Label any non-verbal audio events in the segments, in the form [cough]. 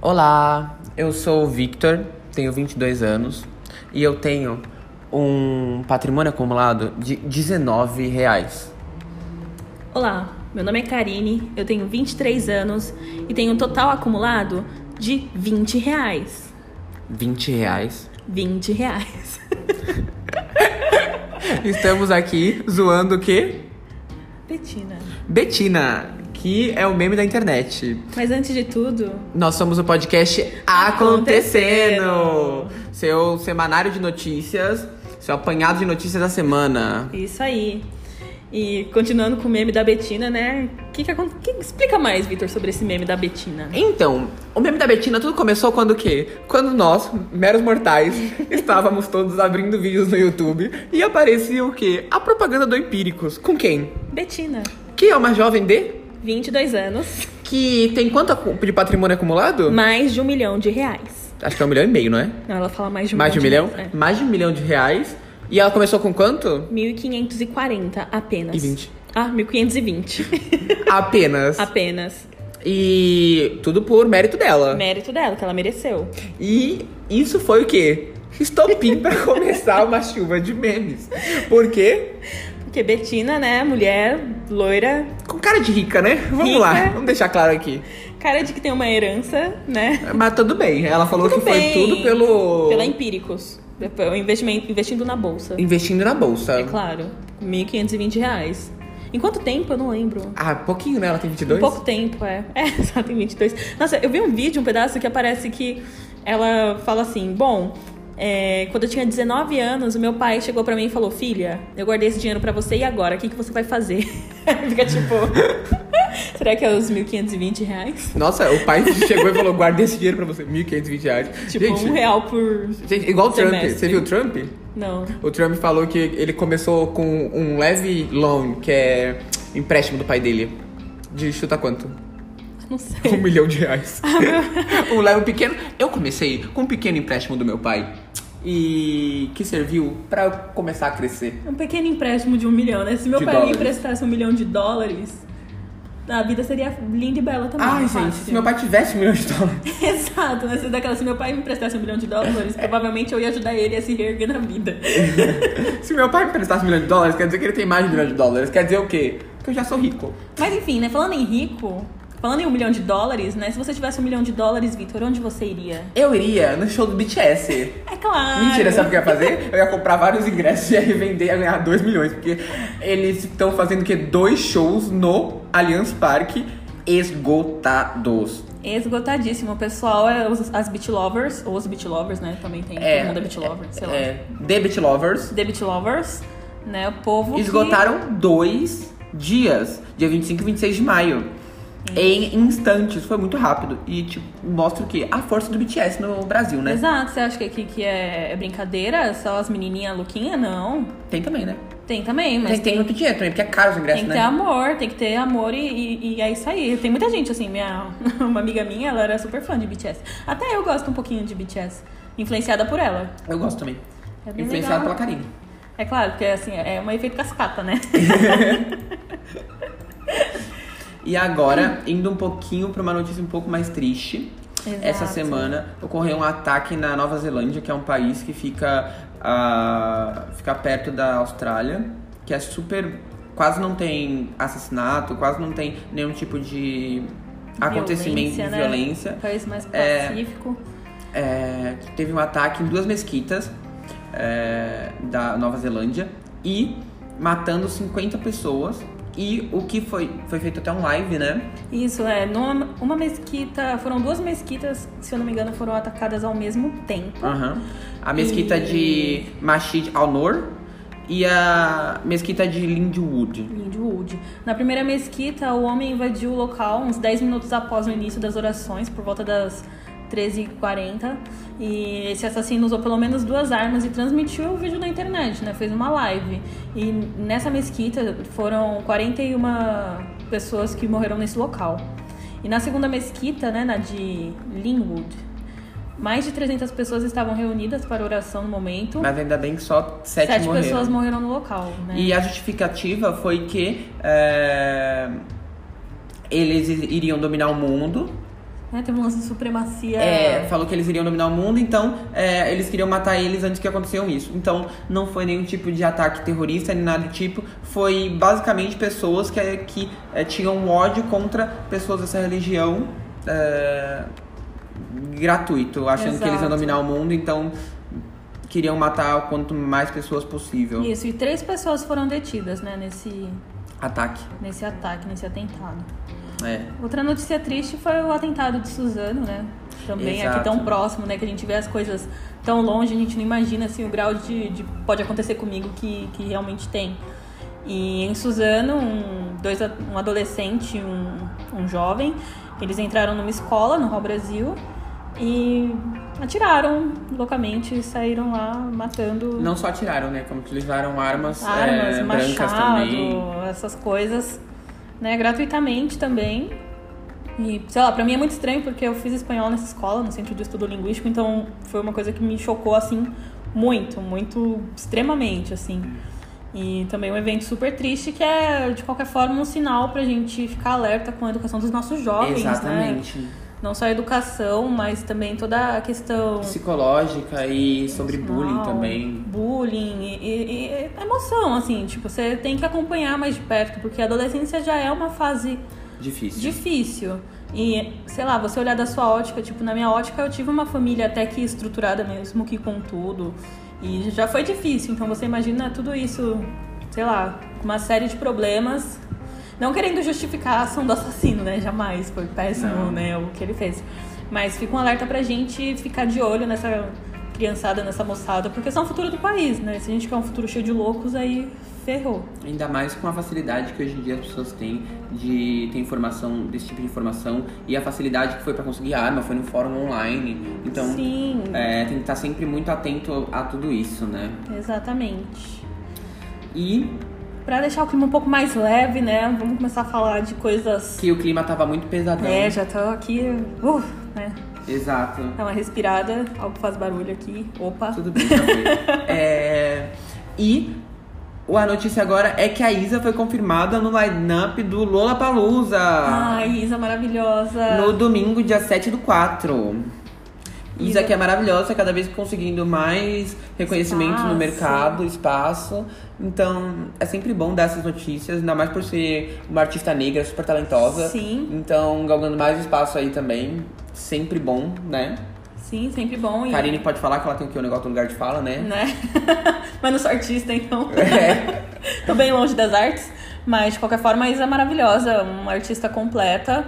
Olá, eu sou o Victor, tenho 22 anos e eu tenho um patrimônio acumulado de 19 reais. Olá, meu nome é Karine, eu tenho 23 anos e tenho um total acumulado de 20 reais. 20 reais. 20 reais. [laughs] Estamos aqui zoando o quê? Betina. Betina, que é o meme da internet. Mas antes de tudo, Nós somos o podcast Acontecendo. Acontecendo. Seu semanário de notícias, seu apanhado de notícias da semana. isso aí. E continuando com o meme da Betina, né? Que que acon- que- explica mais, Vitor, sobre esse meme da Betina? Então, o meme da Betina tudo começou quando o quê? Quando nós, meros [laughs] mortais, estávamos todos abrindo vídeos no YouTube e aparecia o quê? A propaganda do Empíricos. Com quem? Betina, Que é uma jovem de? 22 anos, Que tem quanto acu- de patrimônio acumulado? mais de um milhão de reais. Acho que é um milhão e meio, não é? Não, ela fala mais de um Mais de um milhão milhão? Mais de um milhão de reais. E ela começou com [laughs] quanto? reais. É. 1.540 apenas. E 20. [laughs] Ah, 1.520 Apenas. apenas. E tudo por mérito dela. Mérito dela, que ela mereceu. E isso foi o quê? Estopim pra [laughs] começar uma chuva de memes. Porque Porque Betina, né, mulher, loira, com cara de rica, né? Vamos Rica. é. lá, vamos deixar claro aqui. cara de que tem uma herança, né? Mas tudo bem, ela falou Tudo que bem. foi tudo pelo Pela Empíricos. O investimento, investindo na bolsa. investindo na bolsa. É claro. 1.520 reais. Em quanto tempo? Eu não lembro. Ah, pouquinho, né? Ela tem 22. Pouco tempo, é. [laughs] É, só tem 22. Nossa, eu vi um vídeo, um pedaço que aparece que ela fala assim: Bom, é, quando eu tinha 19 anos, o meu pai chegou pra mim e falou: Filha, eu guardei esse dinheiro pra você e agora? O que, que você vai fazer? [laughs] Fica tipo: [laughs] Será que é os 1.520 reais? [laughs] Nossa, o pai [laughs] chegou e falou: guardei esse dinheiro pra você, 1.520 reais. Tipo, gente, um real por. gente, igual o Trump. semestre. Você viu o Trump? Não. O Trump falou que ele começou com um leve loan, que é empréstimo do pai dele. De chuta quanto? [laughs] Não Um sei. milhão de reais. um leve um pequeno. Eu comecei com um pequeno empréstimo do meu pai. E que serviu pra eu começar a crescer. Um pequeno empréstimo de um milhão, né? Se meu De pai dólares. me emprestasse um milhão de dólares, a vida seria linda e bela também. Ai, fácil. gente, se meu pai tivesse um milhão de dólares. [laughs] [laughs] Exato, né? Se, daquela, se meu pai me emprestasse um milhão de dólares, É. provavelmente eu ia ajudar ele a se reerguer na vida. [laughs] Se meu pai me prestasse um milhão de dólares, quer dizer que ele tem mais de um milhão de dólares. Quer dizer o quê? Que eu já sou rico. Mas enfim, né? Falando em rico, falando em um milhão de dólares, né? Se você tivesse um milhão de dólares, Vitor, onde você iria? Eu iria no show do BTS. É claro. Mentira, sabe o que eu ia fazer? Eu ia comprar vários ingressos e ia revender e ia ganhar 2 milhões. Porque eles estão fazendo o quê? Dois shows no Allianz Parque esgotados. Esgotadíssimo, pessoal. É os- as beat lovers, ou os beat lovers, né? Também tem. todo mundo é beat lover, sei lá. É, The Beat Lovers. The beat lovers, né? O povo. que- Esgotaram dois dias, dia 25 e 26 de maio. É. Em instantes, foi muito rápido. E tipo, mostra o quê? A força do BTS no Brasil, né? Exato, você acha que aqui que é é brincadeira? Só as menininhas louquinhas? Não. Tem também, né? Tem Então. também, mas Mas tem muito dinheiro também, porque é caro os ingressos, Tem que né? ter amor, tem que ter amor e, e- e é isso aí. Tem muita gente, assim, minha, [laughs] uma amiga minha, ela era super fã de BTS. Até eu gosto um pouquinho de BTS, influenciada por ela. Eu gosto também. É bem Influenciado pela legal. Karine. É claro, porque assim, é um efeito cascata, né? E agora, indo um pouquinho pra uma notícia um pouco mais triste. Exato. Essa semana ocorreu um ataque na Nova Zelândia, que é um país que fica, ah, fica perto da Austrália, que é super. quase não tem assassinato, quase não tem nenhum tipo de acontecimento Violência, de né? [laughs] violência. Um país mais É. pacífico. É, que teve um ataque em duas mesquitas é, da Nova Zelândia e matando 50 pessoas. E o que foi, foi feito até um live, né? Isso, é. Numa, uma mesquita, foram duas mesquitas, se eu não me engano, foram atacadas ao mesmo tempo. Aham. A mesquita de Mashid Al-Nur e a mesquita de Lindwood. Lindwood. Na primeira mesquita, o homem invadiu o local uns 10 minutos após o início das orações, por volta das 13h40. E esse assassino usou pelo menos duas armas e transmitiu o vídeo na internet, né? Fez uma live. E nessa mesquita foram 41 pessoas que morreram nesse local. E na segunda mesquita, né, na de Linwood, mais de 300 pessoas estavam reunidas para oração no momento. Mas ainda bem que só sete, Sete morreram. pessoas morreram no local, né? E a justificativa foi eh, que é, eles i- iriam dominar o mundo Né? Teve um lance de supremacia. É, falou que eles iriam dominar o mundo, então é, eles queriam matar eles antes que aconteceu isso. Então não foi nenhum tipo de ataque terrorista nem nada do tipo. Foi basicamente pessoas que, que é, tinham ódio contra pessoas dessa religião é, gratuito, achando que eles iam Exato. dominar o mundo, então queriam matar o quanto mais pessoas possível. Isso, e três pessoas foram detidas, né, nesse, Ataque. nesse ataque, nesse atentado. É. Outra notícia triste foi o atentado de Suzano, né? Também Exato. aqui tão próximo, né? Que a gente vê as coisas tão longe, a gente não imagina assim, o grau de, de pode acontecer comigo que, que realmente tem. E em Suzano, um, dois, a- um adolescente e um, um jovem, eles entraram numa escola no Hall Brasil e atiraram loucamente e saíram lá matando Não só atiraram, né? Como utilizaram armas, armas, é, brancas machado, também. essas coisas, né, gratuitamente também. E, sei lá, pra mim é muito estranho porque eu fiz espanhol nessa escola, no Centro de Estudo Linguístico, então foi uma coisa que me chocou, assim, muito, muito, extremamente, assim. E também um evento super triste que é, de qualquer forma, um sinal pra gente ficar alerta com a educação dos nossos jovens, né? Exatamente. Não só a educação, mas também toda a questão Psicológica e sobre bullying emocional, também. Bullying e, e- e emoção, assim, tipo, você tem que acompanhar mais de perto, porque a adolescência já é uma fase Difícil. difícil. E, sei lá, você olhar da sua ótica, tipo, na minha ótica eu tive uma família até que estruturada mesmo, que com tudo. E já foi difícil, então você imagina tudo isso, sei lá, com uma série de problemas. Não querendo justificar a ação do assassino, né? Jamais, foi péssimo, Não. né, o que ele fez. Mas fica um alerta pra gente ficar de olho nessa criançada, nessa moçada, porque são o futuro do país, né? Se a gente quer um futuro cheio de loucos, aí ferrou. Ainda mais com a facilidade que hoje em dia as pessoas têm de ter informação, desse tipo de informação, e a facilidade que foi pra conseguir arma, foi no fórum online. Então, Sim. é, tem que estar sempre muito atento a tudo isso, né? Exatamente. E Pra deixar o clima um pouco mais leve, né? Vamos começar a falar de coisas. que o clima tava muito pesadão. É, já tô aqui. Uh, né? Exato. Dá uma respirada, algo faz barulho aqui. Opa! Tudo bem, já foi. [laughs] É, E a notícia agora é que a Isa foi confirmada no line-up do Lollapalooza. Ai, Ah, Isa maravilhosa! No domingo, dia 7 do 4. Isa Isa. que é maravilhosa, cada vez conseguindo mais reconhecimento no Espaço. mercado, espaço. Então, é sempre bom dar essas notícias, ainda mais por ser uma artista negra super talentosa. Sim. Então, galgando mais espaço aí também, sempre bom, né? Sim, sempre bom. E, Karine pode falar que ela tem o que? O negócio do lugar de fala, né? né? [laughs] Mas não sou [laughs] artista, então. É. Tô bem longe das artes. Mas, de qualquer forma, a Isa é maravilhosa, uma artista completa.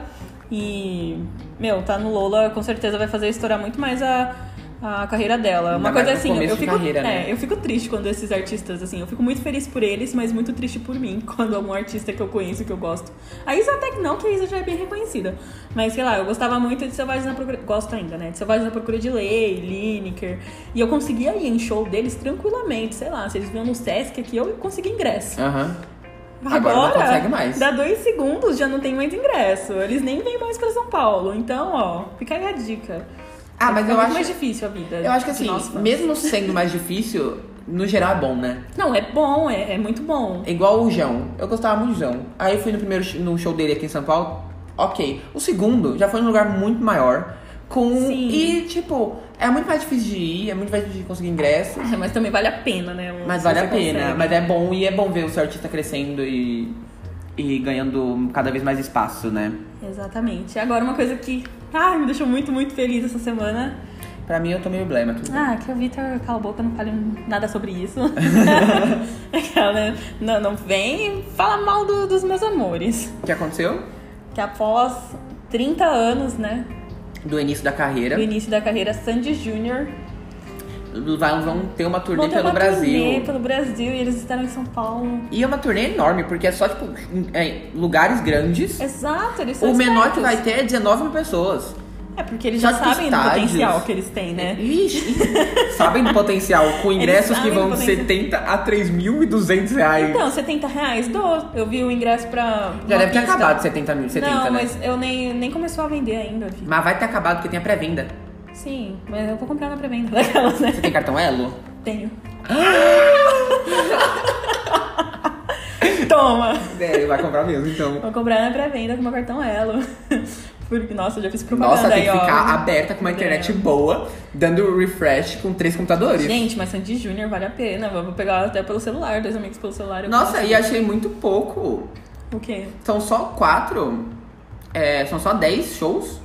E, meu, tá no Lola, com certeza vai fazer estourar muito mais a, a carreira dela. Ainda Uma coisa mais no assim, começo eu de fico, carreira, é, né? eu fico triste quando esses artistas, assim, eu fico muito feliz por eles, mas muito triste por mim, [laughs] quando algum artista que eu conheço, que eu gosto. A Isa até que não, que a Isa já é bem reconhecida. Mas, sei lá, eu gostava muito de Selvagens na Procura... Gosto ainda, né? De Selvagens na Procura de Lei, Lineker. E eu conseguia ir em show deles tranquilamente, sei lá, se eles vinham no Sesc aqui, eu conseguia ingresso. Aham. Agora Agora, não consegue mais. dá dois segundos, já não tem mais ingresso. Eles nem vêm mais pra São Paulo. Então, ó, fica aí a dica. Ah, mas Fica eu muito acho- mais difícil a vida. Eu acho que de assim, nós né? fãs. mesmo sendo mais difícil, no geral é bom, né? Não, é bom, é, é muito bom. É Igual o João. Eu gostava muito do João. Aí eu fui no primeiro sh- no show dele aqui em São Paulo. Ok. O segundo já foi num lugar muito maior. Com. um Sim. E, tipo, é muito mais difícil de ir, é muito mais difícil de conseguir ingresso. É, Mas também vale a pena, né? amor? Mas Se vale a você pena. consegue. Mas é bom e é bom ver o seu artista crescendo e. e ganhando cada vez mais espaço, né? Exatamente. Agora, uma coisa que ai, me deixou muito, muito feliz essa semana. Pra mim eu tô meio blema, tudo bem. Ah, que o Vitor cala a boca, não fale nada [laughs] sobre isso. [laughs] Aquela, né? não, não vem fala mal do- dos meus amores. O que aconteceu? Que após 30 anos, né? Do início da carreira. do início da carreira Sandy Júnior. Vão, vão ter uma turnê Montou pelo uma Brasil. turnê pelo Brasil e eles estavam em São Paulo. E é uma turnê enorme, porque é só, tipo, em- é, lugares grandes. Exato, eles são O menor que espertos. vai ter é 19 mil pessoas. É porque eles Só já que os sabem do estádios- potencial que eles têm, né? Ixi, [laughs] sabem do potencial, com Eles ingressos que sabem vão do de potencial. 70 a 3.200 reais. Então, 70 reais, dou. Eu vi o ingresso pra. Já uma deve ter pista. acabado 70 mil, 70, então- Não, né? Mas... mas eu nem, nem começou a vender ainda, vi. vai ter acabado porque tem a pré-venda. Sim, mas eu vou comprar na pré-venda [laughs] daquelas, né? Você tem cartão Elo? [gasps] Tenho. Toma! É, vai comprar mesmo, então. É, então. Vou comprar na pré-venda com meu cartão Elo. [laughs] Porque, nossa, eu já fiz propaganda Nossa, tem aí, que ó. né? ficar aberta com uma internet boa, dando refresh com três computadores. Gente, mas Sandy Júnior vale a pena. Eu Vou pegar até pelo celular, dois amigos pelo celular. eu Nossa, gosto. e achei muito pouco. O quê? São só quatro. é, são só dez shows?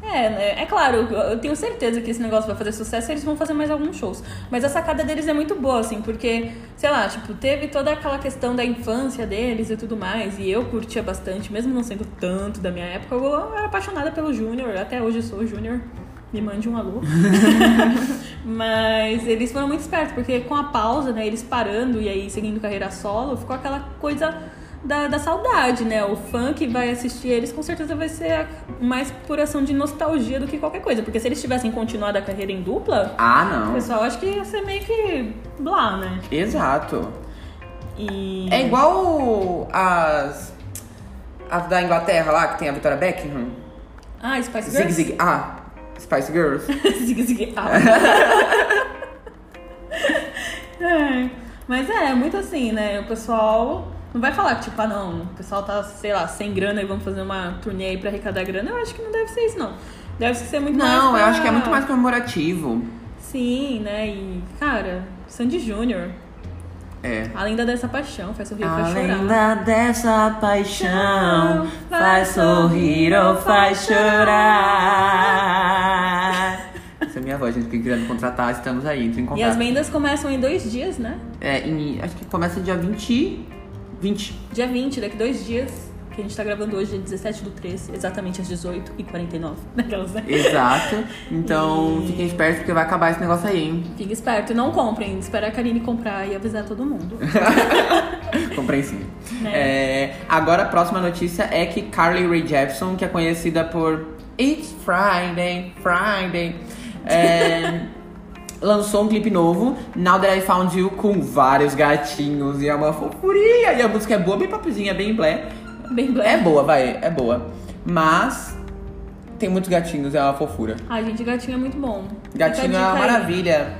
É, né? é claro, eu tenho certeza que esse negócio vai fazer sucesso e eles vão fazer mais alguns shows. Mas a sacada deles é muito boa, assim, porque, sei lá, tipo, teve toda aquela questão da infância deles e tudo mais, e eu curtia bastante, mesmo não sendo tanto da minha época, eu era apaixonada pelo Júnior, até hoje eu sou o Júnior. Me mande um alô. Mas eles foram muito espertos, porque com a pausa, né, eles parando e aí seguindo carreira solo, ficou aquela coisa da, da saudade, né? O fã que vai assistir eles com certeza vai ser a- mais por ação de nostalgia do que qualquer coisa, porque se eles tivessem continuado a carreira em dupla, Ah, o não. pessoal acho que ia ser meio que blá, né? Exato. E. É igual as. As da Inglaterra lá, que tem a Victoria Beckham. Ah, Spice Zig Girls. Zig. Ah, Spice Girls. [laughs] zig, zig. Ah. É, Mas é, é muito assim, né? O pessoal não vai falar que, tipo, ah, não, o pessoal tá, sei lá, sem grana e vamos fazer uma turnê aí pra arrecadar grana. Eu acho que não deve ser isso, [laughs] não. Ah. Deve ser muito mais. Não, eu pra- acho que é muito mais comemorativo. Sim, né? E, cara, Sandy Júnior, É. a lenda dessa paixão, faz sorrir, faz Além chorar. da dessa paixão, faz sorrir ou faz chorar. [laughs] Essa é minha voz, gente. que Querendo contratar, estamos aí, entre em E contato. as vendas começam em dois dias, né? É, em- acho que começa dia 20. 20. Dia 20, daqui dois dias, que a gente tá gravando hoje, dia 17 do 3, exatamente às 18h49. [laughs] Daquelas, né? Exato. [laughs] Então, fiquem espertos porque vai acabar esse negócio aí, hein? Fique esperto, não comprem. Espera a Karine comprar e avisar [laughs] todo mundo. Compreensível. Né? É, agora a próxima notícia é que Carly Rae Jepsen, que é conhecida por It's Friday, Friday, [laughs] é, lançou um clipe novo, Now That I Found You, com vários gatinhos e é uma fofuria. E a música é boa, bem papizinha, bem blé. Bem É black. boa, vai, é boa. Mas tem muitos gatinhos, é uma fofura. Ai, gente, gatinho é muito bom. Gatinho é Fica a uma Então, dica aí. maravilha.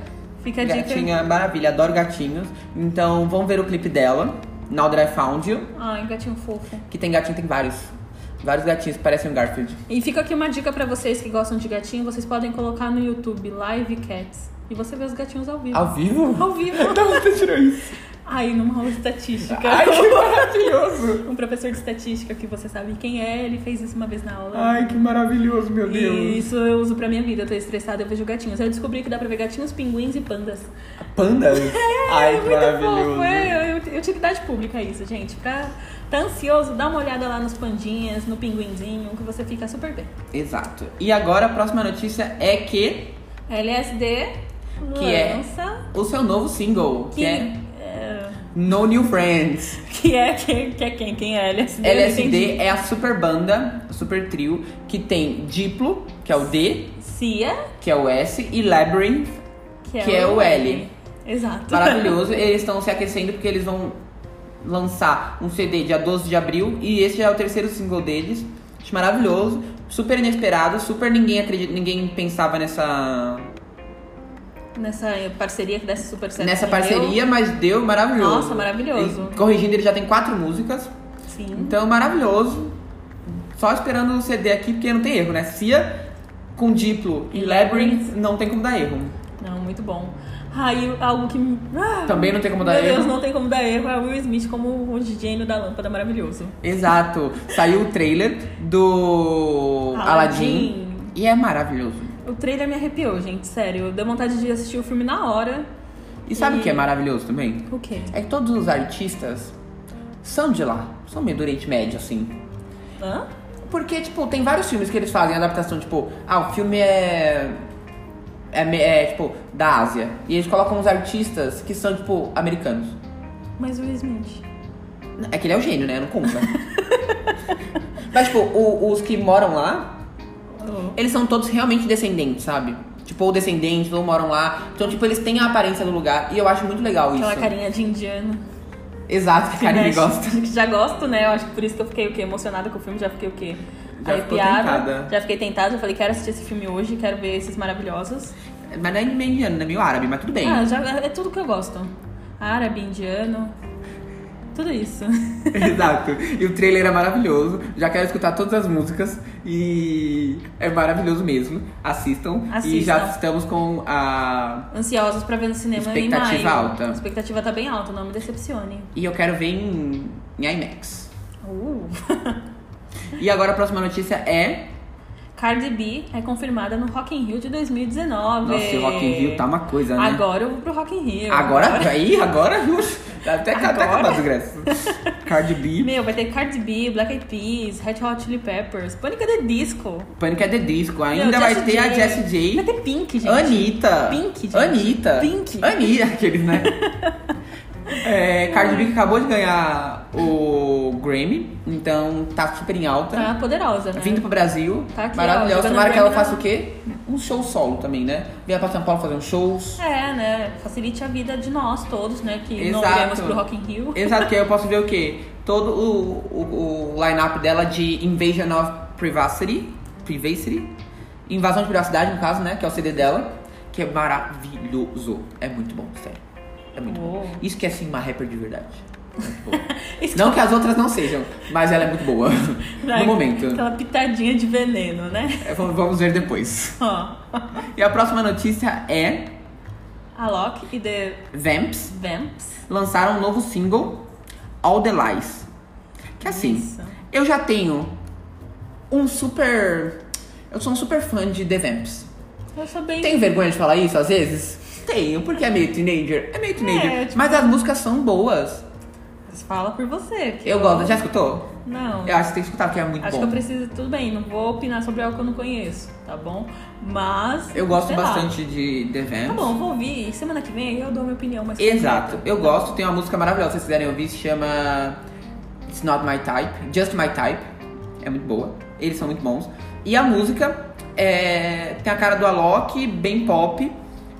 Fica a dica. Gatinho é uma maravilha, adoro gatinhos. Então vamos ver o clipe dela, Now That I Found You. Ai, gatinho fofo. Que tem gatinho, tem vários. Vários gatinhos que parecem um Garfield. E fica aqui uma dica pra vocês que gostam de gatinho. Vocês podem colocar no YouTube Live Cats. E você vê os gatinhos ao vivo. Ao vivo? [laughs] Ao vivo. Da onde você tirou isso? Ai, numa aula de estatística. Ai, que maravilhoso! [laughs] Um professor de estatística que você sabe quem é, ele fez isso uma vez na aula. Ai, que maravilhoso, meu E Deus! isso eu uso pra minha vida. Eu tô estressada, eu vejo gatinhos. Aí eu descobri que dá pra ver gatinhos, pinguins e pandas. [laughs] Pandas? Ai, que É, Muito maravilhoso! fofo, é, ut- utilidade pública isso, gente. Pra, tá ansioso, dá uma olhada lá nos pandinhas, no pinguinzinho, que você fica super bem. Exato. E agora a próxima notícia é que LSD Que é? lança... o seu novo single, que, Que é é, No New Friends. que é quem? Que é quem? Quem é LSD? Eu não entendi. LSD é a super banda, super trio, que tem Diplo, que é o D, Cia, que é o S, e Labyrinth, que é, Que é o L. Exato. Maravilhoso. Eles estão se aquecendo porque eles vão lançar um CD dia 12 de abril e esse é o terceiro single deles. Acho maravilhoso, super inesperado, super ninguém acredita, ninguém pensava nessa [laughs] Nessa parceria que desse super certo. nessa que deu. parceria, mas deu maravilhoso. Nossa, maravilhoso. E, corrigindo, ele já tem quatro músicas. Sim. Então, maravilhoso. Só esperando o CD aqui porque não tem erro, né? Cia com Diplo e E Labyrinth não tem como dar erro. Não, muito bom. Aí, algo que... me- Ah, Também não tem como dar Meu erro. Deus, não tem como dar erro. É o Will Smith como o gênio da lâmpada maravilhoso. Exato. Saiu o trailer do Aladdin. Aladdin. E é maravilhoso. O trailer me arrepiou, gente, sério. Deu vontade de assistir o filme na hora. E sabe o E- que é maravilhoso também? O quê? É que todos os artistas são de lá. São meio do Oriente Médio, assim. Hã? Porque, tipo, tem vários filmes que eles fazem adaptação, tipo, ah, o filme é. É, me- é, tipo, da Ásia. E eles colocam uns artistas que são, tipo, americanos. Mas o Will Smith. É que ele é o gênio, né? Não conta. Mas, tipo, o- os que moram lá Oh. Eles são todos realmente descendentes, sabe? Tipo, ou descendentes, ou moram lá. Então, tipo, eles têm a aparência do lugar. E eu acho muito legal isso. Aquela carinha de indiano. Exato, que a que Karine mexe. gosta. Que já gosto, né? Eu acho que por isso que eu fiquei o quê? Emocionada com o filme, já fiquei o quê? Já ficou tentada. Já fiquei tentada, já falei, quero assistir esse filme hoje, quero ver esses maravilhosos. Mas não é meio indiano, é meio árabe, mas tudo bem. Ah, já, é tudo que eu gosto. Árabe, indiano. Tudo isso. [laughs] [laughs] Exato. E o trailer é maravilhoso. Já quero escutar todas as músicas e é maravilhoso mesmo. Assistam. E Assistam. já estamos com a. Ansiosos pra ver no cinema em maio. Expectativa alta. A expectativa tá bem alta, não me decepcione. E eu quero ver em, em IMAX. Uh. E agora a próxima notícia é. Cardi B é confirmada no Rock in Rio de 2019. Nossa, esse Rock in Rio tá uma coisa, né? Agora eu vou pro Rock in Rio. Agora? Aí, agora? Tá Até, até Agora? acabar os ingressos. Cardi B. Meu, vai ter Cardi B, Black Eyed Peas, Red Hot Chili Peppers, Pânica de Disco. Pânico é de disco. Ainda Meu, vai Jessie ter a J. Jessie J. Vai ter Pink, gente. Anitta. Pink, gente. Anitta. Pink. Anitta, aqueles, [laughs] né? é, Cardi B que acabou de ganhar o Grammy, então tá super em alta. Tá poderosa, né? Vindo pro Brasil, Tá aqui, ó, maravilhosa. jogando Tomara que ela Grammy na faça o quê? Um show solo também, né? Vier pra São Paulo fazer uns shows. É, né? Facilite a vida de nós todos, né? Que não Exato. viemos pro Rock in Rio. Exato, que aí eu posso ver o quê? Todo o, o, o line-up dela de Invasion of Privacy. Privacy? Invasão de privacidade, no caso, né? Que é o CD dela. Que é maravilhoso. É muito bom, sério. É muito Uou. bom. Isso que é, assim, uma rapper de verdade. Muito boa. [laughs] Isso não que as outras não sejam, mas ela é muito [laughs] boa. [laughs] no Ai, momento. Aquela pitadinha de veneno, né? [laughs] É, v- Vamos ver depois. Ó. E a próxima notícia é... Alok e The Vamps Vamps. lançaram um novo single, All The Lies. Que assim... Isso. Eu já tenho um super. Eu sou um super fã de The Vamps. Eu sou bem. Tenho vergonha de falar isso às vezes? Tenho, porque é meio teenager. É meio teenager. É, tipo- Mas as músicas são boas. Mas Fala por você. que Eu gosto. Já escutou? Não. Eu acho que tem que escutar, porque é muito Acho bom. que eu preciso. Tudo bem, não vou opinar sobre algo que eu não conheço, tá bom? Mas. Eu gosto sei lá. bastante de The Vamps. Tá bom, vou ouvir. Semana que vem eu dou minha opinião mais Exato. Eu gosto. Tem uma música maravilhosa, se vocês quiserem ouvir, se chama It's Not My Type. Just My Type. É muito boa. Eles são muito bons. E a música é, tem a cara do Alok, bem pop,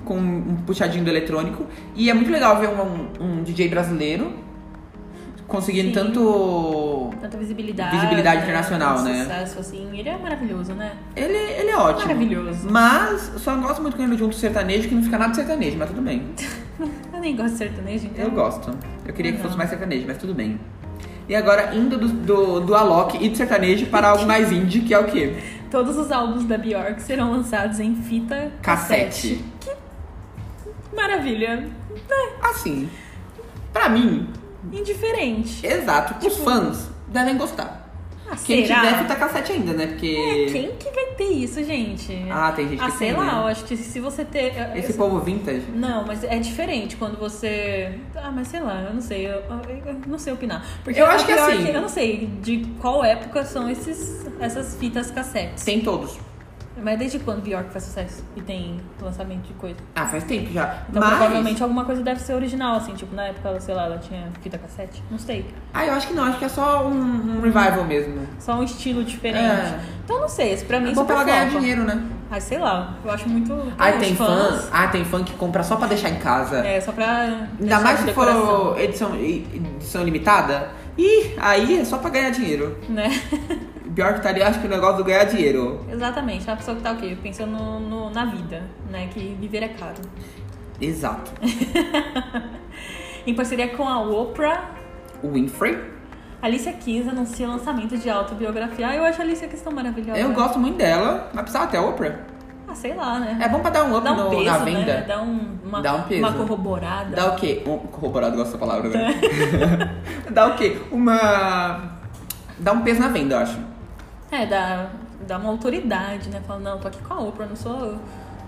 com um puxadinho do eletrônico. E é muito legal ver um, um DJ brasileiro conseguindo Sim. tanto. Tanta visibilidade. Visibilidade internacional, tanto né? Sucesso, assim. Ele é maravilhoso, né? Ele, ele é ótimo. Maravilhoso. Mas só não gosto muito quando ele junto sertanejo, que não fica nada de sertanejo, mas tudo bem. Eu nem gosto de sertanejo, então. Eu gosto. Eu queria que Legal. fosse mais sertanejo, mas tudo bem. E agora, indo do, do, do Alok e do sertanejo para algo mais indie, que é o quê? Todos os álbuns da Bjork serão lançados em fita Cassete. Maravilha. Assim, pra mim, Indiferente. exato, os fãs devem gostar. Ah, Quem Tipo, será? tiver fita cassete ainda, né? Porque... É, quem que vai ter isso, gente? Ah, tem gente Ah, que sei tem, lá, eu né? acho que se você ter. Esse povo vintage... Não, mas é diferente quando você. Ah, mas sei lá, eu não sei, eu, eu- eu não sei opinar. Porque Eu a acho que é Bjork, assim. Eu não sei de qual época são esses, essas fitas cassetes. Tem todos. Mas desde quando Bjork faz sucesso e tem lançamento de coisa? Ah, faz tempo já. Então mas... provavelmente alguma coisa deve ser original, assim, tipo, na época, sei lá, ela tinha fita cassete. Não sei. Ah, eu acho que não. Acho que é só um, um revival mesmo. Só um estilo diferente. É. Então não sei, isso pra mim É isso bom pra ela ganhar flopa. dinheiro, né? Ai, sei lá, eu acho muito. Ah, os tem fã... Ah, tem fã que compra só pra deixar em casa. É, só pra. Ainda deixar mais de se for é decoração, edição, edição limitada. Ih, aí é só pra ganhar dinheiro. Né? Pior que estaria, acho que o negócio do ganhar dinheiro. Exatamente, a pessoa que tá o quê? Pensando no, no- na vida, né? Que viver é caro. Exato. Em parceria com a Oprah, O Winfrey. Alicia Keys anuncia lançamento de autobiografia. Ah, eu acho a Alicia Keys tão maravilhosa. Eu gosto muito dela, mas precisava até a Oprah. Ah, sei lá, né? É bom pra dar um up Dá um no- peso, na né? venda. Dá, um, uma, Dá um peso. uma corroborada. Dá o quê? Um, corroborado gosta dessa palavra, né? [laughs] É. Dá o quê? Uma. Dá um peso na venda, eu acho. um- É, dá, dá uma autoridade, né? Fala, não, tô aqui com a Oprah, não sou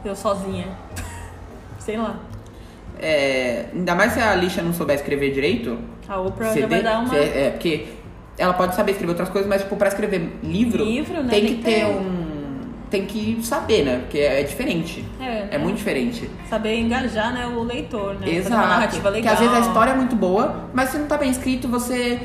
eu sozinha. [laughs] sei lá. É, ainda mais se a lixa não souber escrever direito. A Oprah já CD, vai dar uma. É, é, porque ela pode saber escrever outras coisas, mas, tipo, pra escrever livro, Livro, né, tem tem que que ter ter um. Tem que saber, né? Porque é, é diferente. É, É muito diferente. Saber engajar, né, o leitor, né? Fazer uma Exato. narrativa Porque legal. às vezes a história é muito boa, mas se não tá bem escrito, você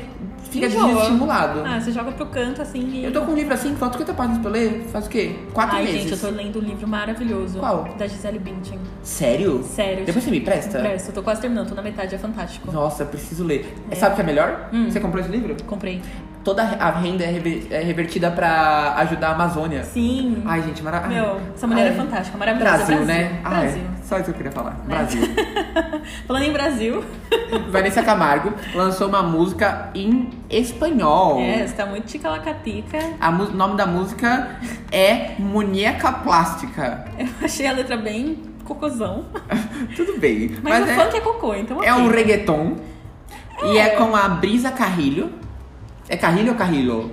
fica Enjoa. desestimulado. Ah, você joga pro canto assim e. Eu tô com um livro assim, falta 50 páginas pra eu ler, faz o quê? Quatro Ai, meses. gente, eu tô lendo um livro maravilhoso. Qual? Da Gisele Bündchen. Sério? Sério. tipo, Depois você me presta? Impresso, eu tô quase terminando, tô na metade, é Hum. fantástico. Nossa, preciso ler. Sabe o que é melhor? Você comprou esse livro? Comprei. toda a renda é rever- é revertida pra ajudar a Amazônia. Sim. Ai, gente, maravilhoso. Meu, essa mulher é fantástica, maravilhosa. Brasil, né? Ah, Brasil. Né? é. Só isso que eu queria falar. [laughs] Brasil. Falando em Brasil, Vanessa Camargo lançou uma música em espanhol. é, você tá muito ticalacatica. A mu- o nome da música é Muñeca Plástica. [laughs] Eu achei a letra bem cocôzão. Tudo bem. É. Mas, o é, funk é cocô, então é ok. um reggaeton. E é com a Brisa Carrilho. É Carrilho ou Carrilho?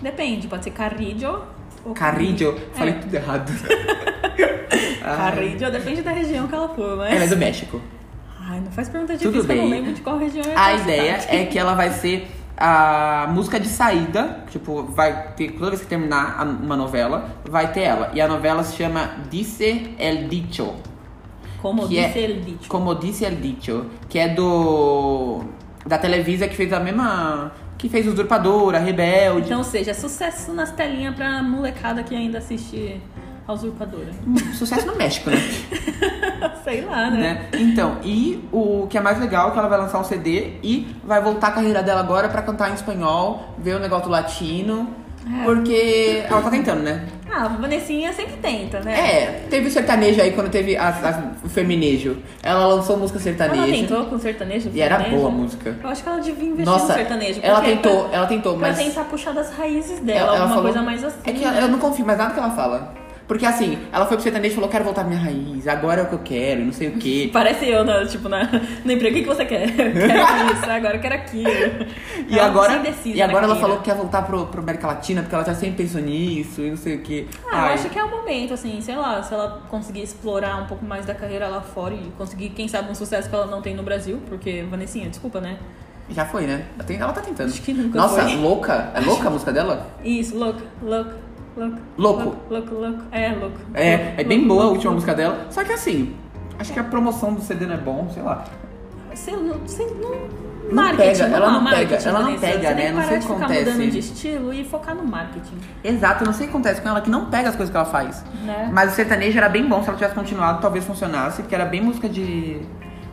Depende, pode ser carrillo ou Carrilho. É. Falei tudo [laughs] errado. Ai. Carrillo, depende da região que ela for, mas... Ela Ah. é do México. Ai, não faz pergunta Tudo difícil, que eu não bem. lembro de qual região é A qual ideia cidade. é que ela vai ser a música de saída, tipo, vai ter, toda vez que terminar a- uma novela, vai ter ela. E a novela se chama Dice el Dicho, Como que é- disse ele, tipo, como Dice el Dicho, que é do da Televisa que fez a mesma que fez Usurpadora, Rebelde. Então, seja, sucesso nas telinhas pra molecada que ainda assiste a usurpadora. Sucesso no México, né? [laughs] Sei lá, né? né? Então, e o que é mais legal é que ela vai lançar um CD e vai voltar a carreira dela agora pra cantar em espanhol, ver o negócio do latino. Porque ela tá tentando, né? Ah, a Vanessinha sempre tenta, né? É, teve o sertanejo aí quando teve as- as- o feminejo. Ela lançou música sertaneja. Ela tentou com sertanejo? E era sertanejo? boa a música. Eu acho que ela devia investir Nossa, no sertanejo. ela porque é tentou, Pra, ela tentou, pra mas tentar puxar das raízes dela, alguma coisa mais assim. É que né? eu não confio mais nada que ela fala. Porque assim, ela foi pro sertanejo e falou: quero voltar à minha raiz, agora é o que eu quero, não sei o quê. Parece eu, né? tipo, na, no emprego. O que, que você quer? [laughs] Eu quero isso, agora eu quero aquilo. E Ela agora, é indecisa e agora ela naquilo. falou que quer voltar pro, pro América Latina, porque ela já sempre pensou nisso e não sei o quê. Ah, Ai, eu acho que é o momento, assim, sei lá, se ela conseguir explorar um pouco mais da carreira lá fora e conseguir, quem sabe, um sucesso que ela não tem no Brasil, porque, Vanessinha, desculpa, né? Já foi, né? Ela tem- Ela tá tentando. Acho que nunca Nossa, foi. louca? É louca a música dela? Isso, louco, louco, louco. Louco. Louco, louco. É, louco. É, é Louco, bem boa a louco, última louco. música dela. Só que assim, acho que a promoção do CD não é bom, sei lá. Você não. Você não... tipo. Não Marketing, pega, vamos ela lá, não pega, marketing, ela não Vanessa. pega, Você né? Tem que Não parar sei o de que ficar acontece. mudando de estilo e focar no marketing. Exato, eu não sei o que acontece com ela, que não pega as coisas que ela faz. Né? Mas o sertanejo era bem bom, se ela tivesse continuado, talvez funcionasse, porque era bem música de,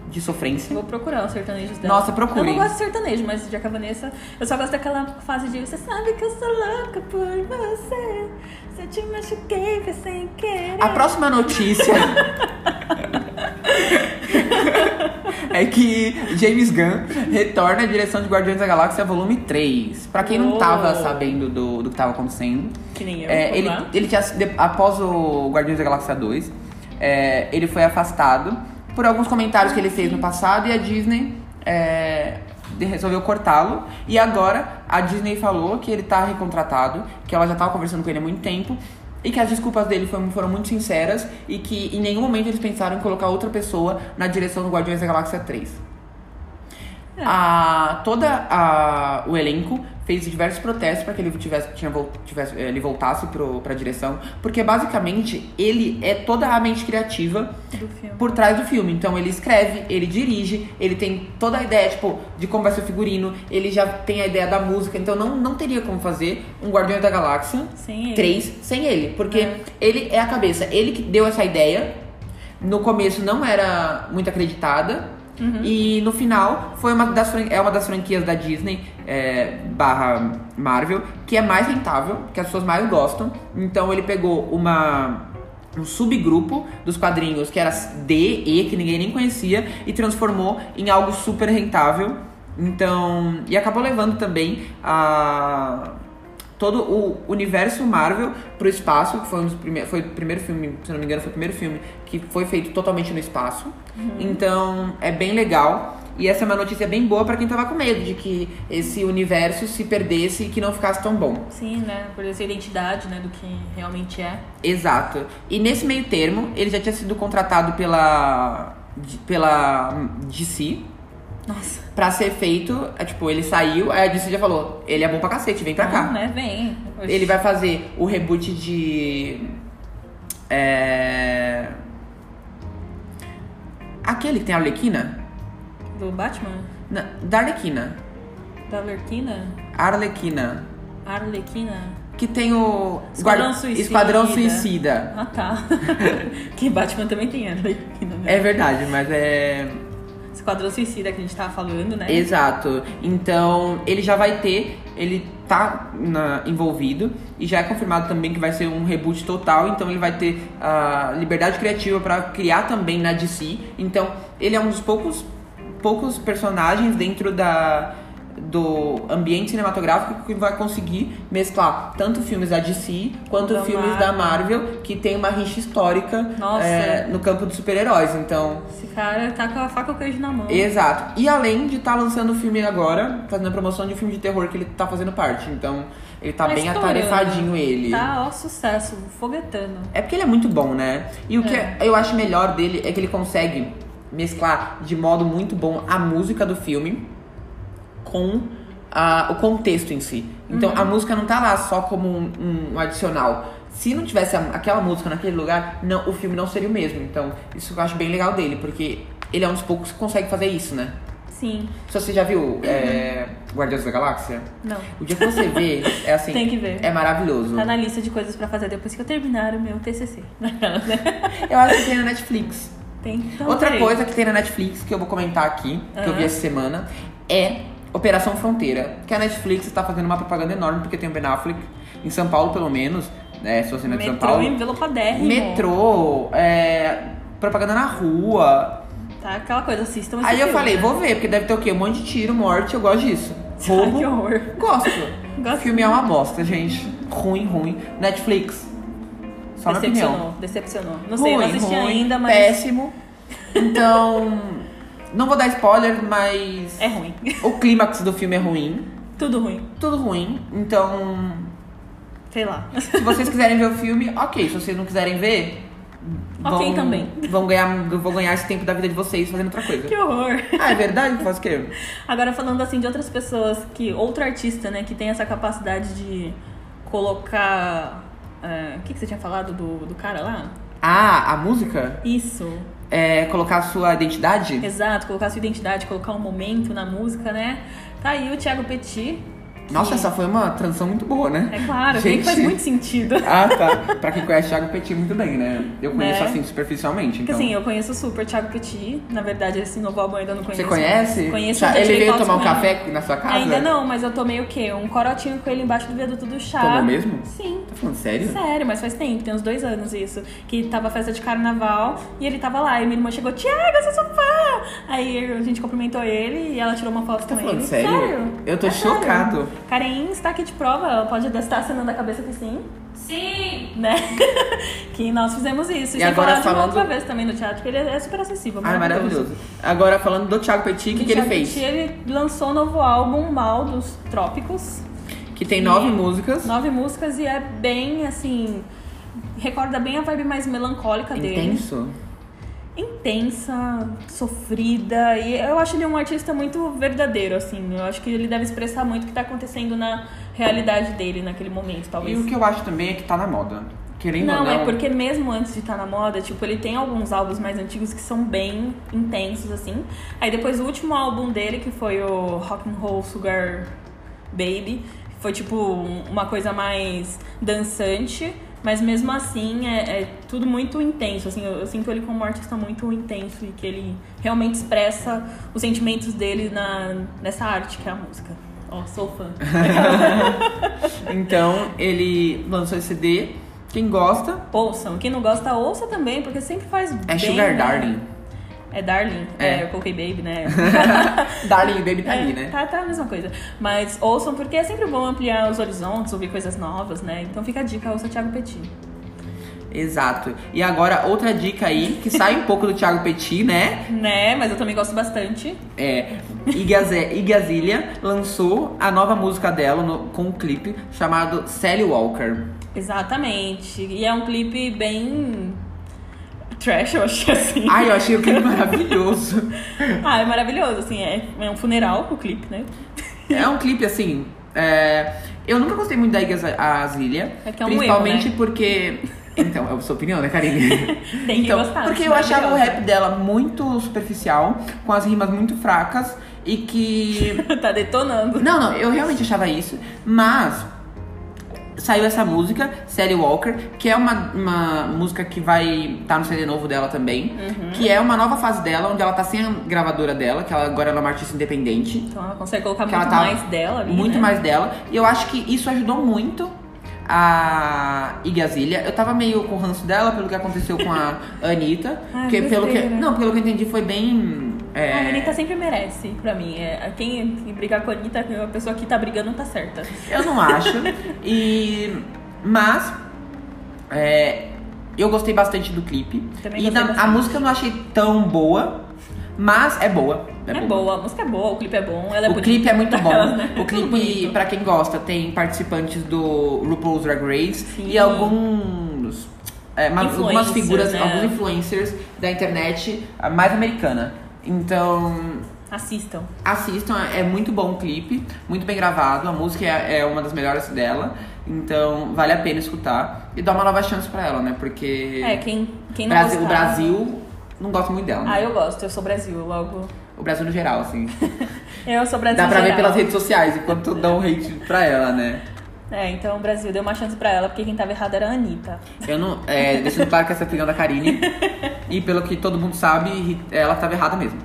de sofrência. Vou procurar os sertanejos dela. Nossa, procure. Eu não gosto de sertanejo, mas já que a Vanessa. Eu só gosto daquela fase de você sabe que eu sou louca por você. Se eu te machuquei, foi sem querer. A próxima notícia [laughs] é que James Gunn retorna à direção de Guardiões da Galáxia Volume 3. Pra quem não Uou. tava sabendo do, do que tava acontecendo, Que nem eu. é, vamos ele, lá. ele tinha, se- de- após o Guardiões da Galáxia 2, é, ele foi afastado por alguns comentários que ele fez no passado e a Disney é, de- resolveu cortá-lo. E agora a Disney falou que ele tá recontratado, que ela já tava conversando com ele há muito tempo. E que as desculpas dele foram, foram muito sinceras e que em nenhum momento eles pensaram em colocar outra pessoa na direção do Guardiões da Galáxia 3. A, toda a, o elenco fez diversos protestos para que ele tivesse, tinha, vol- tivesse- eh, ele voltasse pro, pra direção, porque basicamente ele é toda a mente criativa Do filme. por trás do filme. Então ele escreve, ele dirige, ele tem toda a ideia, tipo, de como vai ser o figurino, ele já tem a ideia da música, então não, não teria como fazer um Guardião da Galáxia Sem ele. três sem ele, porque ele é a cabeça, ele que deu essa ideia. No começo não era muito acreditada. Uhum. E no final foi uma das, fran- é uma das franquias da Disney é, barra Marvel que é mais rentável, que as pessoas mais gostam. Então ele pegou uma um subgrupo dos quadrinhos que era D, E, que ninguém nem conhecia, e transformou em algo super rentável. Então. E acabou levando também a todo o universo Marvel pro espaço, que foi um dos primeiros, foi o primeiro filme, se não me engano, foi o primeiro filme que foi feito totalmente no espaço. Então, é bem legal. E essa é uma notícia bem boa pra quem tava com medo de que esse universo se perdesse e que não ficasse tão bom. Sim, né? Por essa identidade, né? Do que realmente é. Exato. E nesse meio termo, ele já tinha sido contratado pela de- pela DC Nossa. pra ser feito, é, tipo, ele saiu, aí a DC já falou, ele é bom pra cacete, vem pra cá. Não, né? Vem. Oxi. Ele vai fazer o reboot de. É. Aquele que tem a Arlequina? Do Batman? Na, da Arlequina. Da Lerquina? Arlequina. Arlequina? Que tem o. Esquadrão guarda- Suicida. Esquadrão Suicida. Ah, [laughs] tá. que Batman também tem Arlequina, né? É verdade, mas é. Esquadrão Suicida que a gente tava falando, né? Exato. Então, ele já vai ter. Ele tá tá na- envolvido e já é confirmado também que vai ser um reboot total, então ele vai ter a liberdade criativa para criar também na DC. Então, ele é um dos poucos poucos personagens dentro da do ambiente cinematográfico que vai conseguir mesclar tanto filmes da DC quanto Da filmes da Marvel, que tem uma rixa histórica Nossa. eh, no campo dos super-heróis. Então, Esse cara tá com a faca e o queijo na mão. Exato. E além de estar lançando o filme agora, fazendo a promoção de um filme de terror que ele tá fazendo parte. Então, ele tá Mas bem tá atarefadinho, olhando. ele. Tá, ó, sucesso, foguetando. É porque ele é muito bom, né? E o que É. eu acho melhor dele é que ele consegue mesclar de modo muito bom a música do filme com ah, o contexto em si. Então Uhum. a música não tá lá só como um, um adicional. Se não tivesse a- aquela música naquele lugar, não, o filme não seria o mesmo. Então, isso eu acho bem legal dele, porque ele é um dos poucos que consegue fazer isso, né? Sim, Se você já viu é, Guardiões da Galáxia, não. o dia que você vê, é assim. Tem que ver. É maravilhoso. Tá na lista de coisas pra fazer depois que eu terminar o meu [laughs] TCC. Naquelas, né? Eu acho que tem na Netflix. Tem então, Outra peraí. coisa que tem na Netflix, que eu vou comentar aqui, que eu vi Aham. essa semana, é Operação Fronteira. Que a Netflix tá fazendo uma propaganda enorme, porque tem o Ben Affleck, em São Paulo pelo menos, né? Se você não é de São Metrô Paulo. em Vila Padérrimo. Metrô, é, propaganda na rua, Tá, aquela coisa, assistam esse Aí eu filme. falei, [laughs] vou ver, porque deve ter o quê? Um monte de tiro, morte, eu gosto disso. Roubo. que horror. Gosto. Gosto. O filme é uma bosta, gente. Ruim, ruim. Netflix. Só minha opinião. Decepcionou, decepcionou. Não sei, ruim, não assisti ruim, ainda, mas Péssimo. Então, não vou dar spoiler, mas é ruim. [laughs] o clímax do filme é ruim. Tudo ruim. Tudo ruim. Então, Sei lá. [laughs] se vocês quiserem ver o filme, ok. Se vocês não quiserem ver, vão, Ok também. vão ganhar, vão ganhar esse tempo da vida de vocês fazendo outra coisa. [laughs] Que horror. Ah, é verdade? Faz o quê? Agora falando assim de outras pessoas que outro artista, né, que tem essa capacidade de colocar é, o que, que você tinha falado do, do cara lá? Ah, a música? Isso, É colocar a sua identidade? exato, colocar sua identidade, colocar um momento na música, né? Tá aí o Thiago Petit. Nossa, essa foi uma transição muito boa, né? É claro, bem que faz muito sentido. Ah, tá. Pra quem conhece Thiago Petit muito bem, né? Eu conheço Né? assim superficialmente, Porque então. assim, eu conheço super Thiago Petit. Na verdade, esse novo álbum eu ainda não conheço. Você conhece? Conheço. Tá, já Ele tirei veio fotos tomar um com ele. café na sua casa? Ainda não, mas eu tomei o quê? Um corotinho com ele embaixo do viaduto do chá. Tomou mesmo? Sim. Tá falando sério? Sério, mas faz tempo, tem uns dois anos isso. Que tava a festa de carnaval e ele tava lá. E minha irmã chegou, Tiago, eu sou sua fã! Aí a gente cumprimentou ele e ela tirou uma foto Tá com falando ele. sério? Eu tô É sério. chocado. Karen está aqui de prova, ela pode estar acenando a cabeça que sim, Sim! né? [laughs] que nós fizemos isso. E Sem agora falar de uma falando- outra vez também no teatro, porque ele é super acessível. Ah, maravilhoso. Agora, falando do Thiago Petit, o que, que ele Thiago fez? Petit, Ele lançou um novo álbum, Mal dos Trópicos. Que tem nove músicas. Nove músicas e é bem assim. Recorda bem a vibe mais melancólica dele. Intenso. Intensa, sofrida. E eu acho ele um artista muito verdadeiro, assim. Eu acho que ele deve expressar muito o que tá acontecendo na realidade dele naquele momento, E talvez. o que eu acho também é que tá na moda. Querendo Não, ou não. é porque mesmo antes de estar na moda, tipo, ele tem alguns álbuns mais antigos que são bem intensos, assim. Aí depois o último álbum dele, que foi o Rock and Roll Sugar Baby, foi tipo um- uma coisa mais dançante. Mas mesmo assim, é, é tudo muito intenso, assim. Eu, eu sinto ele como um artista muito intenso e que ele realmente expressa os sentimentos dele na, nessa arte que é a música. Ó, sou fã. [laughs] Então, ele lançou esse CD. Quem gosta Ouçam. Quem não gosta, ouça também, porque sempre faz é bem. Sugar né? Darling. [laughs] É Darling? É. É, eu coloquei Baby, né? Darling e Baby [laughs] tá É, ali, né? Tá, tá a mesma coisa. Mas ouçam, porque é sempre bom ampliar os horizontes, ouvir coisas novas, né? Então fica a dica, ouça Thiago Petit. Exato. E agora, outra dica aí, que sai um [laughs] pouco do Thiago Petit, né? Né? Mas eu também gosto bastante. É, Igazé- Igazília lançou a nova música dela no- com um clipe chamado Sally Walker. Exatamente. E é um clipe bem. trash, eu achei assim. Ai, eu achei o [laughs] clipe maravilhoso. Ah, é maravilhoso, assim. É, é um funeral o clipe, né? [laughs] É um clipe assim. é, eu nunca gostei muito da Igazília. É que é um principalmente erro, né? porque. Então, é a sua opinião, né, Karine? [laughs] Tem que então, gostar. Porque acho eu achava o maravilhoso. rap dela muito superficial, com as rimas muito fracas e que. tá detonando. Não, não, eu realmente achava isso, mas saiu essa música, Sally Walker, que é uma, uma música que vai estar no CD novo dela também, Uhum. que é uma nova fase dela, onde ela tá sem a gravadora dela, que ela, agora ela é uma artista independente Então ela consegue colocar que muito ela tá mais dela ali, muito né? mais dela. E eu acho que isso ajudou muito a Iggy Azalea. Eu tava meio com o ranço dela pelo que aconteceu com [laughs] a Anitta. Ah, porque pelo que, besteira. não, pelo que eu entendi foi bem... é, A Anitta sempre merece, pra mim. É, quem brigar com a Anitta, a pessoa que tá brigando tá certa. Eu não acho. E mas é, eu gostei bastante do clipe. Também e gostei na- a bastante. música eu não achei tão boa, mas é boa. É, É, boa. boa, a música é boa, o clipe é bom, ela é o bonita. clipe é muito Aquelas, bom. né? O Tudo clipe, bonito. pra quem gosta, tem participantes do RuPaul's Drag Race Sim. e alguns. é, ma- algumas Influencers, figuras, né? alguns influencers da internet a mais americana. Então, Assistam. Assistam, é muito bom o clipe, muito bem gravado, a música é, é uma das melhores dela, então vale a pena escutar e dar uma nova chance pra ela, né? Porque É, quem, quem não Brasil- o gostar- Brasil não gosta muito dela, né? Ah, eu gosto, eu sou Brasil, logo. O Brasil no geral, [laughs] assim. Eu sou Brasil. Dá pra ver geral. pelas redes sociais, enquanto dão hate pra ela, né? É, então o Brasil deu uma chance pra ela, porque quem tava errado era a Anitta. Eu não. É, deixando claro que essa é a opinião da [laughs] Karine. E pelo que todo mundo sabe, ri- ela tava errada mesmo.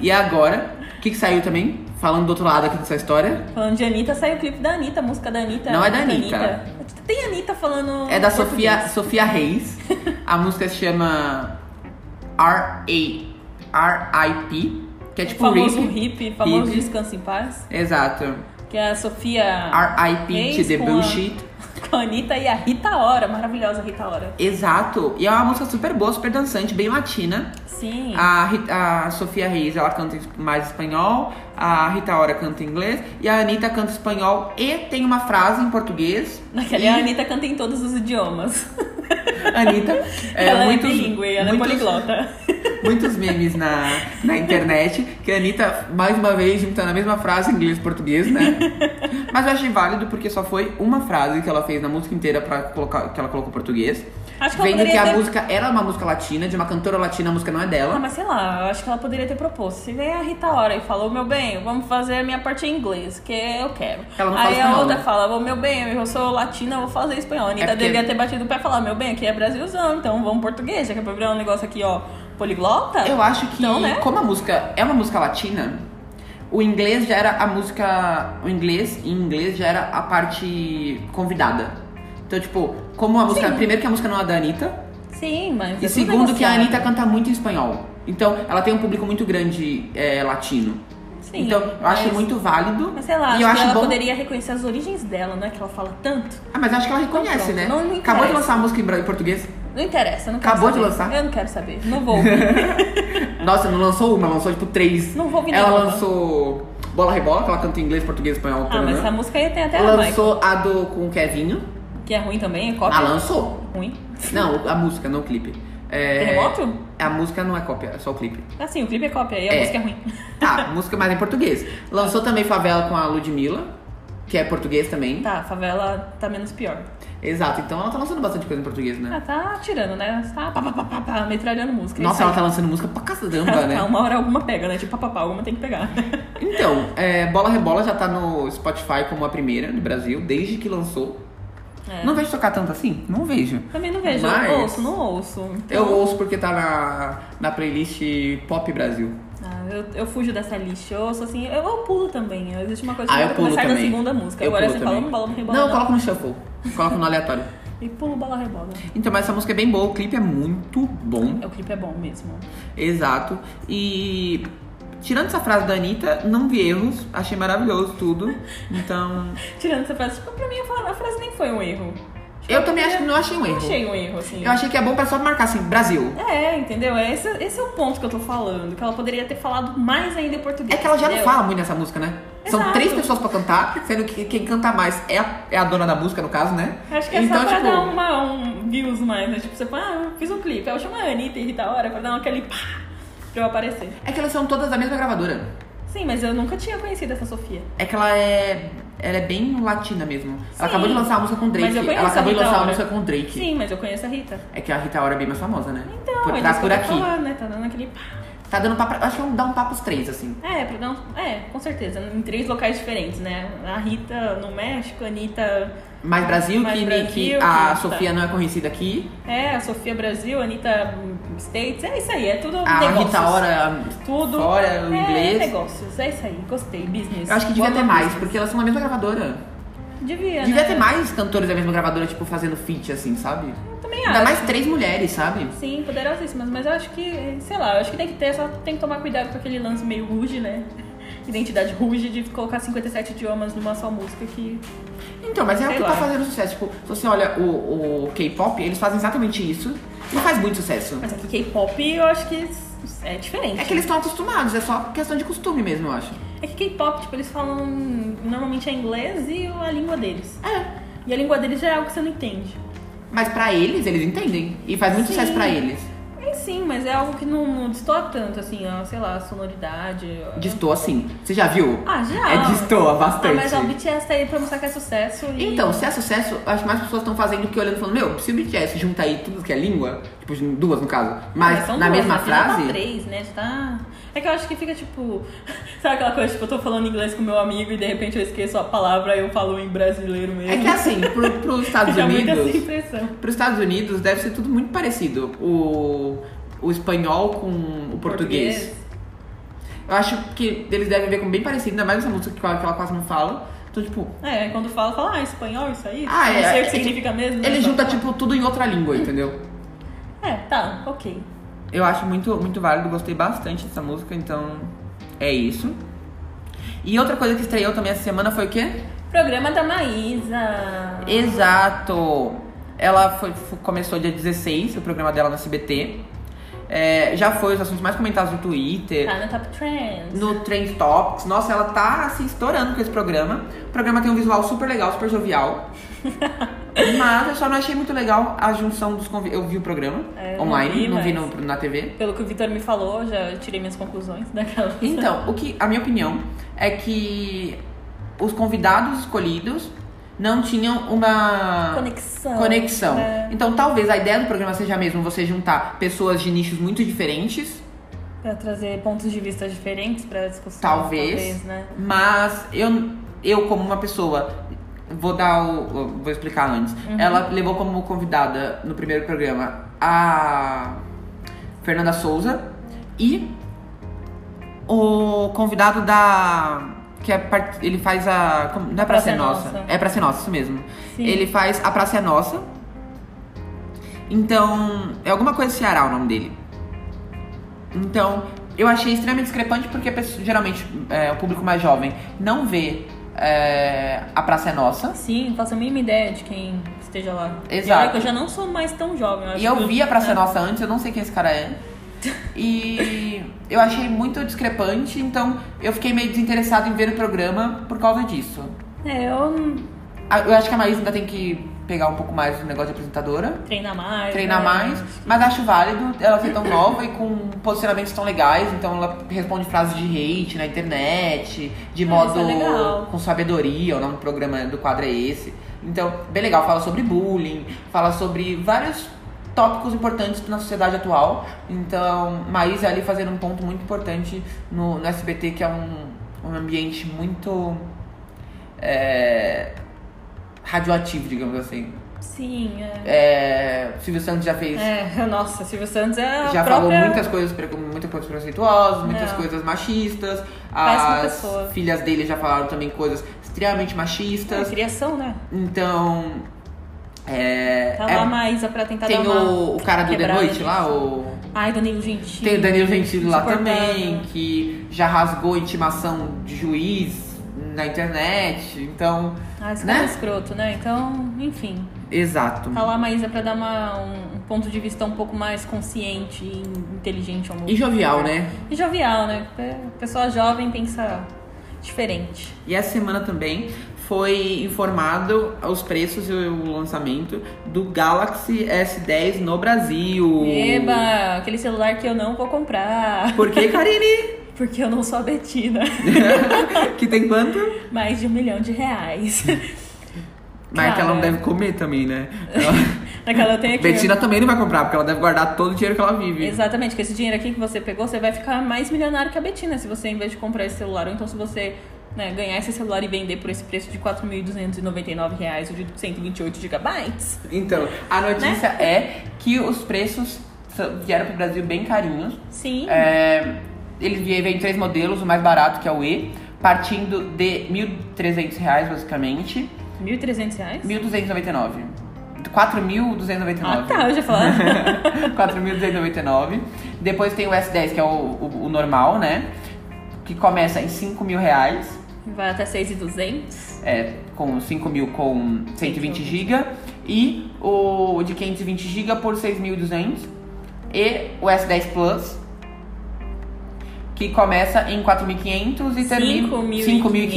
E agora, o que, que saiu também? Falando do outro lado aqui dessa história, Falando de Anitta, saiu o clipe da Anitta, a música da Anitta. Não é da música Anitta. Tem Anitta falando. É da português. Sofia, Sofia Reis. A música se chama R.A. R.I.P. Que é O tipo famoso RIP. hippie, famoso Hippie. Descanso em Paz. Exato. Que é a Sofia. R.I.P. Reis to the É com a- bullshit. [laughs] Com a Anitta e a Rita Ora, maravilhosa Rita Ora. Exato. E é uma música super boa, super dançante, bem latina. Sim. A, Ri- a Sofia Reis, ela canta mais espanhol. A Rita Ora canta inglês. E a Anitta canta espanhol e tem uma frase em português. Naquela é E a Anitta canta em todos os idiomas. Anitta. É, [laughs] ela muitos, é bilíngue, ela muitos- é poliglota. muitos memes na, na internet que a Anitta, mais uma vez, juntando a mesma frase em inglês e português, né? Mas eu achei válido porque só foi uma frase que ela fez na música inteira pra colocar, que ela colocou em português. Acho que ela Vendo que poderia a ter- música era uma música latina, de uma cantora latina, a música não é Ah, dela. mas sei lá, eu acho que ela poderia ter proposto. Se vem a Rita Ora e falou, meu bem, vamos fazer a minha parte em inglês, que eu quero. Ela não fala Aí a espanhol, outra né? É fala, "Ô, meu bem, eu sou latina, eu vou fazer espanhol. A Anitta porque- devia ter batido o pé e falar, meu bem, aqui é Brasilzão, então vamos português, já que é pra virar um negócio aqui, ó, poliglota. Eu acho que, Então, né? como a música é uma música latina, o inglês já era a música. O inglês, em inglês, já era a parte convidada. Então, tipo, como a música. Primeiro que a música não é da Anitta. Sim, mas. E é tudo segundo que a negociado. Anitta canta muito em espanhol. Então, ela tem um público muito grande é, latino. Sim, então, eu acho mas- muito válido. Mas sei lá, e eu acho que acho ela bom. poderia reconhecer as origens dela, não é que ela fala tanto. Ah, mas acho que ela reconhece, Então, né? pronto, não me Acabou de interessa. lançar a música em bra- em português. Não interessa, eu não quero Acabou de saber. lançar? Eu não quero saber, não [laughs] vou. ouvir. Nossa, não lançou uma, lançou tipo três. Não vou ouvir Ela nenhuma. lançou Bola Rebola, que ela canta em inglês, português, espanhol. ah, mas tarará. essa música aí tem até a Michael, lançou a do com o Kevinho. que é ruim também, é Ah, cópia. lançou. Ruim. Não, a música, não o clipe. É, Terremoto? A música não é cópia, é só o clipe. Assim, o clipe é cópia e a É. música é ruim. Tá, música mais em português. Lançou também Favela com a Ludmilla, que é português também. Tá, a favela tá menos pior. Exato, então ela tá lançando bastante coisa em português, Ah, né? tá tirando, né? Tá, pá, pá, pá, pá, pá, metralhando música. Nossa, Isso ela tá lançando música pra caramba, aí. né? Tá, [laughs] uma hora alguma pega, né? Tipo, pá, pá, pá, alguma tem [laughs] que pegar. Então, é, Bola Rebola já tá no Spotify como a primeira no Brasil, desde que lançou. É. Não vejo tocar tanto assim? Não vejo. Também não vejo, Mas- eu ouço, não ouço. Então, Eu ouço porque tá na, na playlist Pop Brasil. Ah, eu, eu fujo dessa lista, eu ouço assim, eu, eu pulo também. Existe uma coisa que Ah, eu vai pulo começar também. da segunda música. Eu Agora pulo você fala, também. não bola, não rebola. Não, eu coloco no shuffle. Coloco no aleatório. E pulo, bola, rebola. Então, mas essa música é bem boa, o clipe é muito bom. O clipe é bom mesmo. Exato. E tirando essa frase da Anitta, não vi erros. Achei maravilhoso tudo. Então. Tirando essa frase, tipo, pra mim a frase- a frase nem foi um erro. Tipo, Eu também acho que não achei um não erro. achei um erro, assim. Eu achei que é bom pra só marcar assim, Brasil. É, entendeu? É Esse, esse é o ponto que eu tô falando. Que ela poderia ter falado mais ainda em português. É que ela já não entendeu? fala muito nessa música, né? São Exato. três pessoas pra cantar, sendo que quem canta mais é a, é a dona da música, no caso, né? Acho que é só pra dar uma, um views mais, né? Tipo, você fala, ah, eu fiz um clipe. Eu chamo a Anitta e Rita Hora pra dar aquele pá pra eu aparecer. É que elas são todas da mesma gravadora. Sim, mas eu nunca tinha conhecido essa Sofia. É que ela é. Ela é bem latina mesmo. Sim. Ela acabou de lançar a música com Mas Drake. eu conheço Ela acabou a de Rita lançar a Ora. música com Drake. Sim, mas eu conheço a Rita. É que a Rita Ora é bem mais famosa, né? Então, por, é tá disso que por eu tô aqui. falando, né? Tá dando aquele pá. Tá dando papo. Acho que é um, dá um papo os três, assim. É, pra dar um- é, com certeza. Em três locais diferentes, né? A Rita no México, a Anitta. Mais Brasil, Mais que, Brasil, que que a tá. Sofia não é conhecida aqui. É, a Sofia Brasil, a Anitta States. É isso aí, é tudo A negócios. Rita Ora. Tudo. Fora, o é, inglês. negócios. É isso aí, gostei. Business. Eu acho que devia Boa ter mais, business. porque elas são da mesma gravadora. Devia. Devia né? ter mais cantores da mesma gravadora, tipo, fazendo feat, assim, sabe? Eu também Ainda acho. mais três mulheres, sabe? Sim, poderosíssimas, mas eu acho que, sei lá, eu acho que tem que ter, só tem que tomar cuidado com aquele lance meio ruge, né? [laughs] Identidade ruge de colocar 57 idiomas numa só música que. Então, mas é Sei o que lá. tá fazendo sucesso. Tipo, se você olha o, o K-pop, eles fazem exatamente isso e faz muito sucesso. Mas aqui K-pop eu acho que é diferente. É que eles estão acostumados, é só questão de costume mesmo, eu acho. É que K-pop, tipo, eles falam normalmente é inglês e a língua deles. É. E a língua deles já é algo que você não entende. Mas pra eles, eles entendem. E faz muito Sim. sucesso pra eles. É, sim, mas é algo que não, não destoa tanto, assim, ó, sei lá, a sonoridade. ó. Destoa sim. Você já viu? Ah, já. É destoa Ah, bastante. mas ó, o BTS tá aí pra mostrar que é sucesso e... Então, se é sucesso, acho que mais pessoas estão fazendo que olhando e falando, meu, se o BTS junta aí tudo que é língua, tipo, duas no caso, mas, É, são na duas, mesma né? Você já tá frase. três, né? Já tá... É que eu acho que fica tipo. [laughs] Sabe aquela coisa, tipo, eu tô falando inglês com meu amigo e de repente eu esqueço a palavra aí eu falo em brasileiro mesmo. [laughs] É que assim, pro, pros Estados Fica muito essa Unidos. impressão. Para os Estados Unidos deve ser tudo muito parecido. O, o espanhol com o português. Eu acho que eles devem ver como bem parecido, ainda mais essa música que, ela- que ela quase não fala. Então, tipo, É, quando fala, fala, ah, espanhol, isso aí? Ah, não é, sei o que é que significa mesmo. né? ele Só- junta, tipo, tudo em outra língua, entendeu? É, tá, ok. Eu acho muito, muito válido, gostei bastante dessa música, então é isso. E outra coisa que estreou também essa semana foi o quê? Programa da Maísa. Exato! Ela foi- f- começou dia 16, o programa dela no SBT. É, já foi os assuntos mais comentados no Twitter. Tá no Top Trends. no Trend Topics. Nossa, ela tá assim estourando com esse programa. O programa tem um visual super legal, super [laughs] jovial. Mas eu só não achei muito legal a junção dos convidados. Eu vi o programa É, eu online, não não vi, vi, no- na TV. Pelo que o Vitor me falou, já tirei minhas conclusões daquela. Então, o que a minha opinião é que os convidados escolhidos não tinham uma Conexão. Ah. conexão. É. Então, talvez a ideia do programa seja mesmo você juntar pessoas de nichos muito diferentes. Pra trazer pontos de vista diferentes pra discussão. Talvez. Talvez, né? Mas eu, eu como uma pessoa, vou dar o. Vou explicar antes. Uhum. Ela levou como convidada no primeiro programa a Fernanda Souza e o convidado da. Que é, part- ele faz a. como- Não é Praça, Praça é é Nossa. Nossa. É Praça é Nossa, isso mesmo. Sim. Ele faz A Praça é Nossa. Então, é alguma coisa Ceará o nome dele. Então, eu achei extremamente discrepante porque a pessoa- geralmente é, o público mais jovem não vê é, a Praça é Nossa. Sim, não faço a mínima ideia de quem esteja lá. Exato. E olha que Eu já não sou mais tão jovem. acho E eu que- vi a Praça é né? Nossa antes, eu não sei quem esse cara é. E eu achei muito discrepante, então eu fiquei meio desinteressado em ver o programa por causa disso. É, eu não- A- Eu acho que a Maísa ainda tem que pegar um pouco mais o negócio de apresentadora. treinar mais. treinar né? mais, mas acho válido ela ser tão nova e com posicionamentos tão legais, então ela responde frases de hate na internet, de Ah, modo isso é legal. com sabedoria, o nome do programa do quadro é esse. Então, bem legal, fala sobre bullying, fala sobre vários tópicos importantes na sociedade atual. Então, Maísa ali fazendo um ponto muito importante no, no SBT, que é um, um ambiente muito é, radioativo, digamos assim. Sim, é. É, Silvio Santos já fez É, [laughs] nossa, Silvio Santos é a já própria... falou muitas coisas, pre- muitas coisas preconceituosas, muitas É. coisas machistas. Péssima As pessoa. filhas dele já falaram também coisas extremamente É, machistas. criação, né? Então. É, Tá é- lá a Maísa pra tentar tem dar uma... o, o cara do The quebrada Noite nisso. lá, o. Ai, Danilo Gentili. Tem o Danilo Gentili lá insuportável. também, que já rasgou intimação de juiz na internet. Então. Ah, esse né? cara é escroto, né? Então, enfim. Exato. Tá lá a Maísa pra dar uma, um um ponto de vista um pouco mais consciente e inteligente ao mundo. E jovial, né? E jovial, né? Pe- Pessoa jovem pensa diferente. E essa semana também foi informado os preços e o lançamento do Galaxy S10 no Brasil. Eba, aquele celular que eu não vou comprar. [laughs] Por que, Karine? Porque eu não sou a Betina. [laughs] que tem quanto? Mais de um milhão de reais. [laughs] Mas que ela não Cara. [laughs] deve comer também, né? Ela- Naquela eu tenho aqui. Bettina também não vai comprar, porque ela deve guardar todo o dinheiro que ela vive. Exatamente, com esse dinheiro aqui que você pegou, você vai ficar mais milionário que a Betina se você, em vez de comprar esse celular. Ou então, se você né, ganhar esse celular e vender por esse preço de R$ 4.299 reais, ou de 128 gigabytes. Então, a Né? notícia é que os preços são- vieram pro Brasil bem carinhos. Sim. É, ele vie- veio em três modelos, o mais barato, que é o E, partindo de R$ 1.300, reais, basicamente. R$ 1.300 reais? 1.299. 4.299. Ah, [laughs] tá, eu já falei. 4.299. Depois tem o S10, que é o, o- o normal, né? Que começa em 5 mil reais. Vai até 6,200. É, com 5 mil com 120 GB. E o de 520 GB por 6.200. E o S10 Plus. Que começa em 4.500 e termina 5.500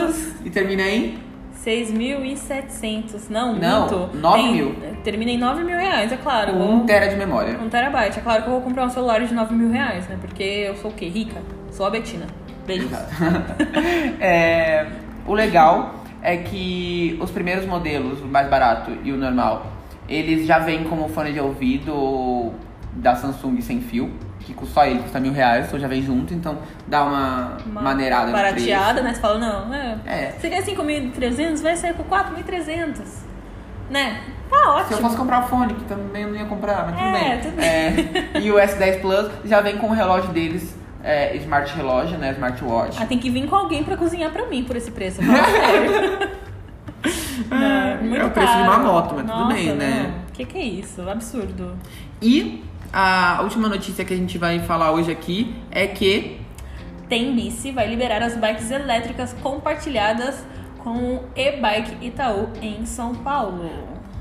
5.500. e termina em 6.700. Não, Não, muito. 9 Tem- mil. Termina em 9 mil reais, é claro. Vou- 1 tera de memória. Um terabyte. É claro que eu vou comprar um celular de 9 mil reais, né? Porque eu sou o quê? Rica? Sou a Betina. Beijo. [laughs] É, o legal é que os primeiros modelos, o mais barato e o normal, eles já vêm como fone de ouvido da Samsung sem fio, que cu- só ele custa mil reais, então já vem junto, então dá uma, maneirada no preço. Barateada, né? Você fala, não, é. É. Seria 5.300, vai sair por 4.300. Né? Tá Se eu ótimo. fosse comprar o fone, que também eu não ia comprar, mas tudo É, bem. tudo bem. É, [laughs] e o S10 Plus já vem com o relógio deles, é, smart relógio, né, smartwatch. Ah, tem que vir com alguém pra cozinhar pra mim por esse preço. Fala sério. Não, [laughs] muito é o preço de caro. uma moto, mas tudo Nossa, bem, né? não. Que que é isso? Absurdo. E a última notícia que a gente vai falar hoje aqui é que Tembice vai liberar as bikes elétricas compartilhadas com o e-bike Itaú em São Paulo.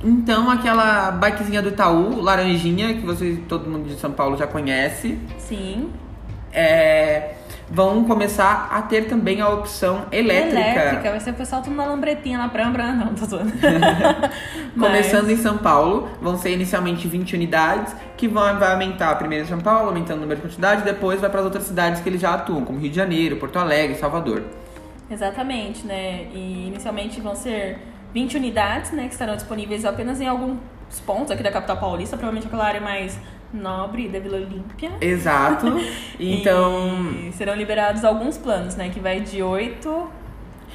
Então, aquela bikezinha do Itaú, laranjinha, que vocês, todo mundo de São Paulo já conhece, Sim. é, vão começar a ter também a opção elétrica. vai ser o pessoal tudo na lambretinha, na brambra, não, [laughs] tô zoando. [laughs] Começando em São Paulo, vão ser inicialmente 20 unidades, que vão, vai aumentar primeiro em São Paulo, aumentando o número de quantidade, depois vai para as outras cidades que eles já atuam, como Rio de Janeiro, Porto Alegre, Salvador. Exatamente, né? E inicialmente vão ser 20 unidades, né? Que estarão disponíveis apenas em alguns pontos aqui da capital paulista, provavelmente aquela área mais nobre da Vila Olímpia. Exato. Então, E serão liberados alguns planos, né? Que vai de 8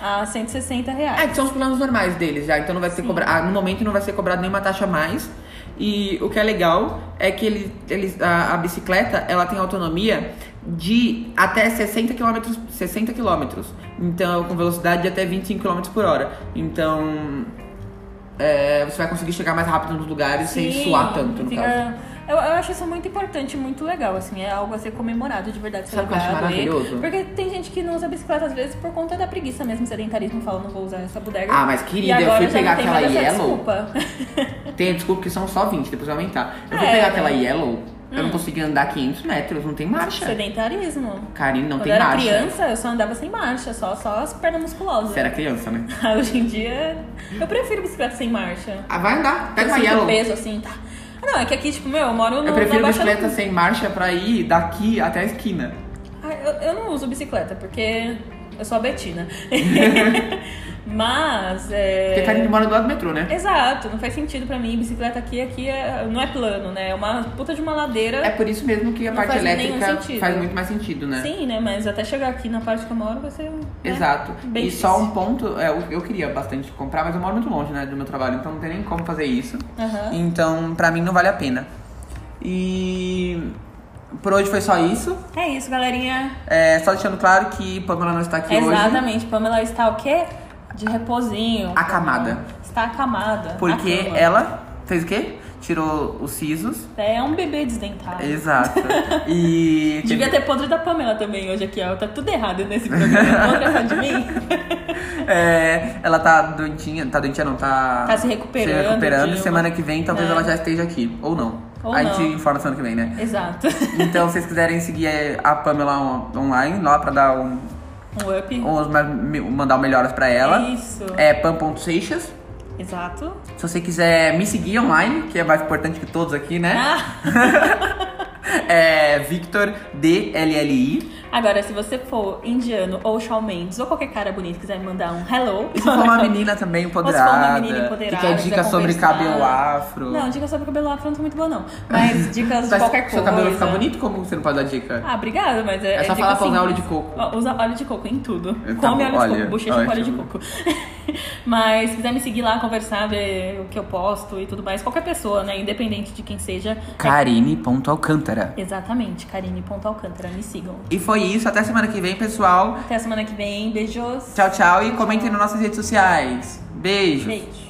a 160 reais. É, que são os planos normais deles já, então não vai ser cobrado. no momento não vai ser cobrado nenhuma taxa a mais. E o que é legal é que ele, eles a, a bicicleta ela tem autonomia de até 60 km, 60 km. Então, com velocidade de até 25 km por hora. Então, é, você vai conseguir chegar mais rápido nos lugares sem suar tanto, no fica- caso. Eu, eu acho isso muito importante, muito legal, assim, é algo a ser comemorado de verdade, Sabe o que eu acho celebrado, e- maravilhoso? Porque tem gente que não usa bicicleta às vezes por conta da preguiça mesmo, sedentarismo, fala, não vou usar essa bodega. Ah, mas, querida, E eu fui agora já pegar não tem mais aquela essa Yellow. Desculpa. [laughs] Tem, desculpa, que são só 20, depois vai aumentar. Eu vou É, Hum. pegar né? aquela Yellow, eu não consegui andar 500 metros, não tem marcha. Sedentarismo. Karine, não Quando tem eu era marcha. criança, eu só andava sem marcha, só, só as pernas musculosas. Você era criança, né? [laughs] Hoje em dia, eu prefiro bicicleta sem marcha. Ah, vai andar, pega eu uma sinto Yellow. peso, assim, tá. Ah, Não, é que aqui, tipo, meu, eu moro no, Eu prefiro na Baixada bicicleta sem marcha pra ir daqui até a esquina. Ah, eu, eu não uso bicicleta, porque eu sou [laughs] a Betina. Mas. É... Porque a Karine mora do lado do metrô, né? Exato, não faz sentido pra mim. Bicicleta aqui, aqui é- não é plano, né? É uma puta de uma ladeira. É por isso mesmo que a Não parte faz nenhum elétrica sentido. faz muito mais sentido, né? Sim, né? Mas até chegar aqui na parte que eu moro, você. Né? Exato. Bem e só difícil. um ponto, é, eu, eu queria bastante comprar, mas eu moro muito longe, né, do meu trabalho, então não tem nem como fazer isso. Aham. Então, pra mim não vale a pena. E por hoje foi só isso. É isso, galerinha. É, só deixando claro que Pamela não está aqui hoje. Exatamente. Pamela está o quê? De reposinho. Acamada. Está acamada. na Porque cama. ela fez o quê? Tirou os sisos. É um bebê desdentado. Exato. E [laughs] Devia ter podre da Pamela também hoje aqui, ó. Tá tudo errado nesse programa. Podre é só [laughs] de mim. É, ela tá doentinha, tá doentinha não, tá... Tá se recuperando, se recuperando. Dilma. Semana que vem talvez É. ela já esteja aqui, ou não. Ou a não. gente informa semana que vem, né? Exato. [laughs] Então, se vocês quiserem seguir é, a Pamela on- online, lá pra dar um, Um up. uns ma- me- mandar um melhoras pra ela. É isso. É pam.seixas. Exato. Se você É? quiser me seguir online, que é mais importante que todos aqui, né? Ah, É é Victor DLLI. Agora, se você for indiano ou Shawn Mendes ou qualquer cara bonito e quiser me mandar um hello. E se for [laughs] uma menina também empoderada, menina empoderada, que quer quiser dica sobre conversar. cabelo afro. Não, dicas sobre cabelo afro eu não sou muito boa, não. Mas dicas de Mas qualquer coisa. seu cabelo fica bonito? Como você não pode dar dica? Ah, obrigada, mas é. É só dica falar pra usar simples. óleo de coco. Ó, Usa óleo de coco em tudo. É, tá Come bom, óleo de olha, coco, bochecha com óleo de ótimo. coco. [laughs] mas se quiser me seguir lá, conversar, ver o que eu posto e tudo mais, qualquer pessoa, né? Independente de quem seja. Karine.alcântara. Exatamente, Karine.alcântara, me sigam. E foi isso. Até semana que vem, pessoal. Até a semana que vem, beijos. Tchau, tchau. E comentem nas nossas redes sociais. Beijos. Beijo.